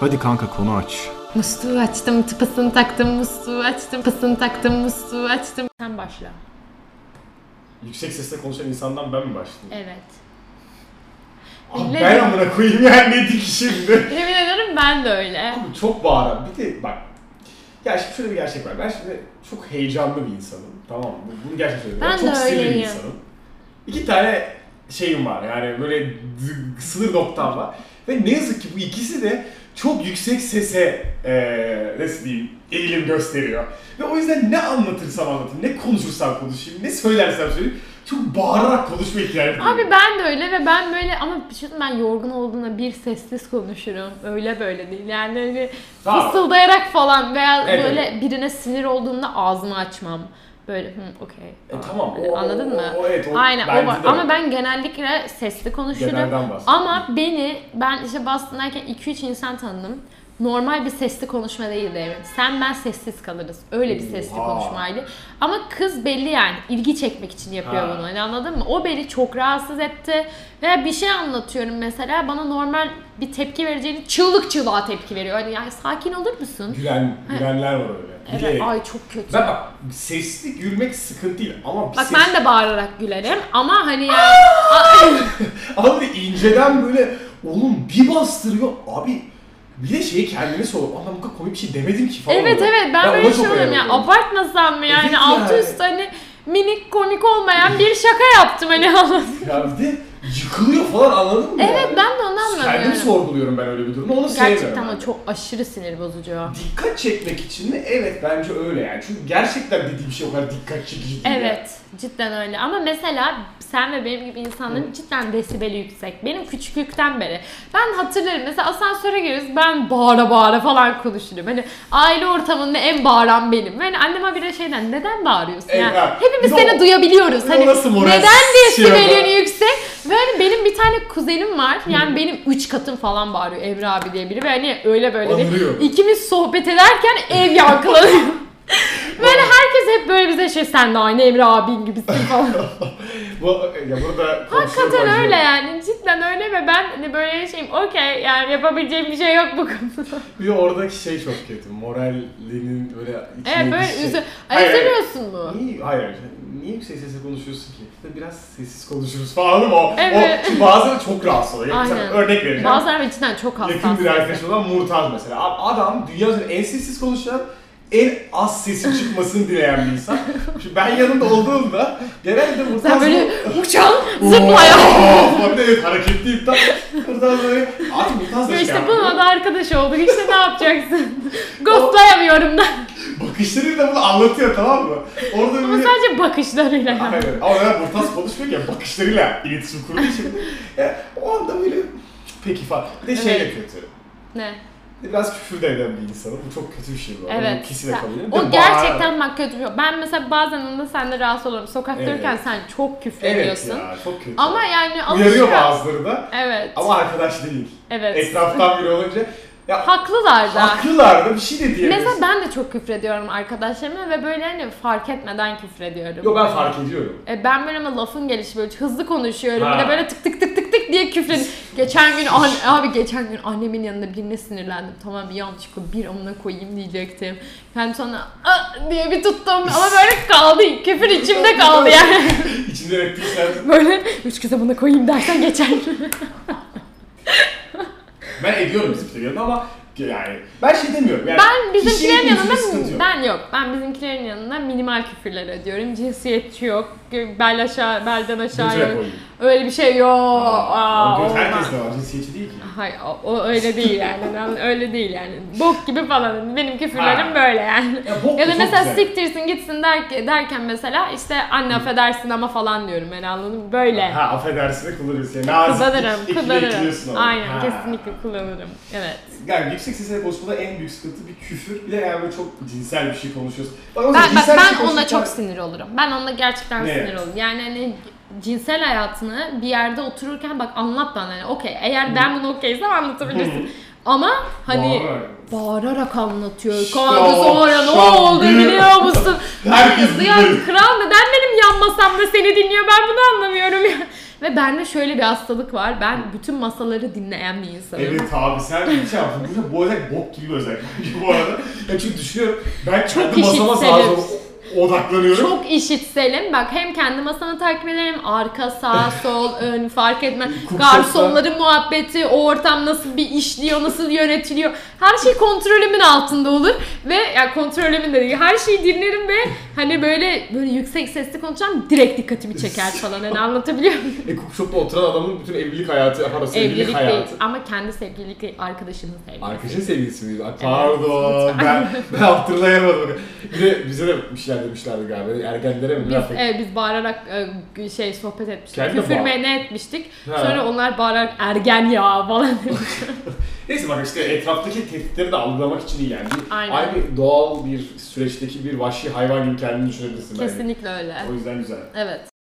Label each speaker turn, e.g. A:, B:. A: Hadi kanka konu aç.
B: Musluğu açtım, tıpasını taktım, musluğu açtım, tıpasını taktım, musluğu açtım. Sen başla.
C: Yüksek sesle konuşan insandan ben mi başlayayım?
B: Evet.
C: Abi
B: Millet-
C: ben amına koyayım ya ne dik şimdi.
B: Yemin ederim ben de öyle.
C: Abi çok bağıran. Bir de bak. Ya şimdi şöyle bir gerçek var. Ben şimdi çok heyecanlı bir insanım. Tamam mı? Bu- Bunu gerçekten söylüyorum.
B: Ben
C: çok
B: de
C: sinirli bir
B: öyleyim.
C: insanım. İki tane şeyim var. Yani böyle d- sınır noktam var. Ve ne yazık ki bu ikisi de çok yüksek sese eee nasıl diyeyim eğilim gösteriyor. Ve o yüzden ne anlatırsam anlatayım, ne konuşursam konuşayım, ne söylersem söyleyeyim çok bağırarak konuşma ihtiyacı duyuyorum.
B: Abi ben de öyle ve ben böyle ama düşünün ben yorgun olduğuna bir sessiz konuşurum. Öyle böyle değil. Yani öyle
C: Tamam.
B: fısıldayarak falan veya
C: Evet.
B: böyle birine sinir olduğumda ağzımı açmam. Böyle hı okey.
C: E, tamam.
B: Böyle,
C: O-
B: anladın
C: o-
B: mı?
C: o- evet, o-
B: Aynen
C: bence
B: o var.
C: de.
B: Ama ben genellikle sesli konuşurum.
C: Genelden bahsediyorum.
B: Ama beni ben işte Boston'dayken 2-3 insan tanıdım. Normal bir sesli konuşma değildi evet. Sen ben sessiz kalırız. Öyle bir sesli
C: Oha.
B: konuşmaydı. Ama kız belli yani ilgi çekmek için yapıyor
C: Ha.
B: bunu. Hani anladın mı? O beni çok rahatsız etti. Veya bir şey anlatıyorum mesela bana normal bir tepki vereceğini çığlık çığlığa tepki veriyor. Hani yani sakin olur musun?
C: Gülen, gülenler var öyle. Bir
B: Evet.
C: de-
B: Ay çok kötü.
C: Ben bak sesli gülmek sıkıntı değil ama bir
B: Bak
C: ses...
B: ben de bağırarak gülerim ama hani yani
C: Abi inceden böyle oğlum bir bastırıyor abi bir de şeyi kendine sor. Ulan bu kadar komik bir şey demedim ki falan.
B: Evet
C: oluyor.
B: evet ben
C: ona
B: böyle
C: çok
B: düşünüyorum ya.
C: ayarlıyorum.
B: Abartmasam mı yani
C: Evet
B: altı
C: yani.
B: üstü hani minik komik olmayan bir şaka yaptım hani anladın mı?
C: Ya bir de yıkılıyor falan anladın mı?
B: Evet ben de onu
C: Kendimi
B: anlamıyorum.
C: sorguluyorum ben öyle bir durumda onu sevmiyorum.
B: Gerçekten
C: ben
B: o
C: de.
B: çok aşırı sinir bozucu.
C: Dikkat çekmek için mi? Evet bence öyle yani. Çünkü gerçekten dediğim şey o kadar dikkat çekici değil. yani.
B: Evet cidden öyle ama mesela sen ve benim gibi insanların cidden desibeli yüksek. Benim küçüklükten beri. Ben hatırlarım mesela asansöre gireriz ben bağıra bağıra falan konuşurum. Hani aile ortamında en bağıran benim. Hani anneme bir de şeyden neden bağırıyorsun? Yani
C: Eyvah.
B: hepimiz
C: Ne
B: seni
C: o-
B: duyabiliyoruz.
C: ne
B: Hani
C: orası moral
B: neden
C: şey ama?
B: desibelin yüksek? Ve hani benim bir tane kuzenim var. Yani benim üç katım falan bağırıyor Emre abi diye biri. Ve hani öyle böyle değil.
C: Anlıyorum.
B: İkimiz sohbet ederken ev yankılanıyor. Böyle herkes hep böyle bize şey sen de aynı Emre abin gibisin falan.
C: Bu, ya burada konuşuyorum,
B: Hakikaten
C: acıyorum.
B: öyle yani cidden öyle ve ben hani böyle şeyim okey yani yapabileceğim bir şey yok bu konuda.
C: Bir de oradaki şey çok kötü. Moralinin böyle içine
B: Evet
C: bir
B: böyle
C: şey.
B: üzü... Ay,
C: Hayır, hayır.
B: üzülüyorsun mu?
C: Niye, hayır, niye yüksek sesle konuşuyorsun ki? İşte biraz sessiz konuşuruz falan değil mi? O,
B: Evet.
C: o çünkü bazıları çok rahatsız oluyor. Yani
B: Aynen.
C: mesela örnek vereceğim.
B: Bazıları ve cidden çok
C: Yakın bir
B: hassas.
C: arkadaş olan Murtaz mesela. A- Adam dünya üzerinde en sessiz konuşan, en az sesi çıkmasını dileyen bir insan. Şimdi ben yanında olduğumda genelde Murtaz...
B: Sen böyle uçan
C: Oo,
B: zıplaya.
C: Bak ne evet, hareketliyim tam. Murtaz böyle... Abi Murtaz da
B: Ya
C: şey
B: işte
C: yapıyor.
B: bununla da arkadaş olduk işte ne yapacaksın? Ghostlayamıyorum da.
C: Bakışlarıyla bunu anlatıyor tamam mı? Orada
B: Ama
C: böyle-
B: sadece bakışlarıyla yani.
C: Aynen. Ama ben Murtaz konuşmuyor ya bakışlarıyla iletişim kurduğu için. Yani o anda böyle peki falan. Bir de şey de
B: Evet.
C: kötü.
B: Ne?
C: Bir de Biraz küfür de eden bir insanım. Bu çok kötü bir şey bu. arada. Bunu
B: Evet.
C: Kesin
B: Sen-
C: yapabilirim. Bir
B: o
C: de bağırarak.
B: gerçekten bak kötü bir şey. Ben mesela bazen onda sen de rahatsız olurum. Sokakta
C: Evet.
B: yürürken sen çok küfür
C: Evet
B: ediyorsun.
C: ya çok kötü.
B: Ama yani
C: Uyarıyor
B: alışkan-
C: bazıları da.
B: Evet.
C: Ama arkadaş değil.
B: evet.
C: Etraftan biri olunca. Ya
B: Haklılar da.
C: haklılar da bir şey de diyemiyorsun.
B: Mesela ben de çok küfrediyorum arkadaşlarıma ve böyle hani fark etmeden küfrediyorum.
C: Yo ben fark ediyorum.
B: E, ben böyle ama lafın gelişi böyle hızlı konuşuyorum.
C: Ha.
B: Bir de böyle tık tık tık tık tık diye küfrediyorum. Geçen gün an- abi geçen gün annemin yanında birine sinirlendim. Tamam yanlışlıkla bir amına koyayım diyecektim. Yani sonra "Ah!" diye bir tuttum ama böyle kaldı. Küfür içimde kaldı yani.
C: İçinden ettiysen.
B: Böyle üç kıza buna koyayım dersen geçer.
C: Ben ediyorum bizimkilerin yanında ama yani ben şey demiyorum. Yani
B: Ben bizimkilerin
C: kişiye
B: yanında
C: ilgili sıkıntı yok.
B: ben yok. Ben bizimkilerin yanında minimal küfürler ediyorum. Cinsiyetçi yok. Bel aşağı, belden aşağı
C: Götüre
B: yok.
C: koyayım.
B: Öyle bir şey yok. Aa,
C: Aa, göt
B: olmaz.
C: herkes de var cinsiyetçi değil ki.
B: Hayır o, o öyle değil yani. Ben- öyle değil yani. Bok gibi falan. Benim küfürlerim
C: Ha.
B: böyle yani.
C: Ya, bok
B: Ya da
C: çok
B: mesela
C: güzel.
B: siktirsin gitsin der, derken mesela işte anne affedersin ama falan diyorum ben anladın mı? Böyle.
C: Ha affedersin de kullanırız. Yani nazik
B: Kullanırım,
C: ekine
B: kullanırım.
C: ekliyorsun onu.
B: Aynen,
C: Ha.
B: kesinlikle kullanırım. Evet.
C: Yani yüksek sesle konuşmada en büyük sıkıntı bir küfür. Bir de yani böyle çok cinsel bir şey konuşuyorsun. Bak, o zaman
B: Ben, bak,
C: cinsel bir şey
B: ben onunla
C: konuşurken-
B: çok sinir olurum. Ben onunla gerçekten
C: Ne?
B: sinir olurum. Yani hani cinsel hayatını bir yerde otururken bak anlat bana hani okey. Eğer ben bunu okeysem anlatabilirsin. Ama hani
C: Bağırarak.
B: bağırarak anlatıyor.
C: Şşş,
B: Kanka
C: ya,
B: sonra ne
C: şam
B: oldu
C: bir-
B: biliyor musun?
C: Herkes
B: ya
C: bilir.
B: kral neden benim yan masamda seni dinliyor ben bunu anlamıyorum ya. Ve bende şöyle bir hastalık var. Ben bütün masaları dinleyen bir insanım.
C: Evet abi sen bir şey yaptın. Bu, bu özellik bok gibi bir özellik bence bu arada. Ya çünkü düşünüyorum ben kendi masama sağa
B: işitselim.
C: sola odaklanıyorum.
B: Çok işitselim. Bak hem kendi masamı takip ederim. Arka, sağ, sol, ön fark etmez.
C: Kukşaklar.
B: Garsonların muhabbeti, o ortam nasıl bir işliyor, nasıl yönetiliyor. Her şey kontrolümün altında olur. Ve ya kontrolümün de değil. Her şeyi dinlerim ve hani böyle böyle yüksek sesli konuşan direkt dikkatimi çeker falan. Hani anlatabiliyor muyum?
C: E cookshop'ta oturan adamın bütün evlilik hayatı, pardon sevgililik
B: Evlilik
C: hayatı.
B: değil. Ama kendi sevgililik değil. Arkadaşının sevgilisi.
C: Arkadaşın sevgilisi miydi? Ay, Pardon ben, ben hatırlayamadım. Bir de bize de bir şeyler demişlerdi galiba. Ergenlere mi?
B: Biz, evet, biz bağırarak e, şey sohbet etmiştik.
C: Kendi
B: Küfür
C: bağır-
B: mü ne etmiştik.
C: Ha.
B: Sonra onlar bağırarak ergen ya falan
C: Neyse bak işte etraftaki tehditleri de algılamak için iyi yani. Bir-
B: Aynen.
C: Aynı doğal bir süreçteki bir vahşi hayvan gibi kendini düşünebilirsin. bence.
B: Kesinlikle öyle.
C: O yüzden güzel.
B: Evet.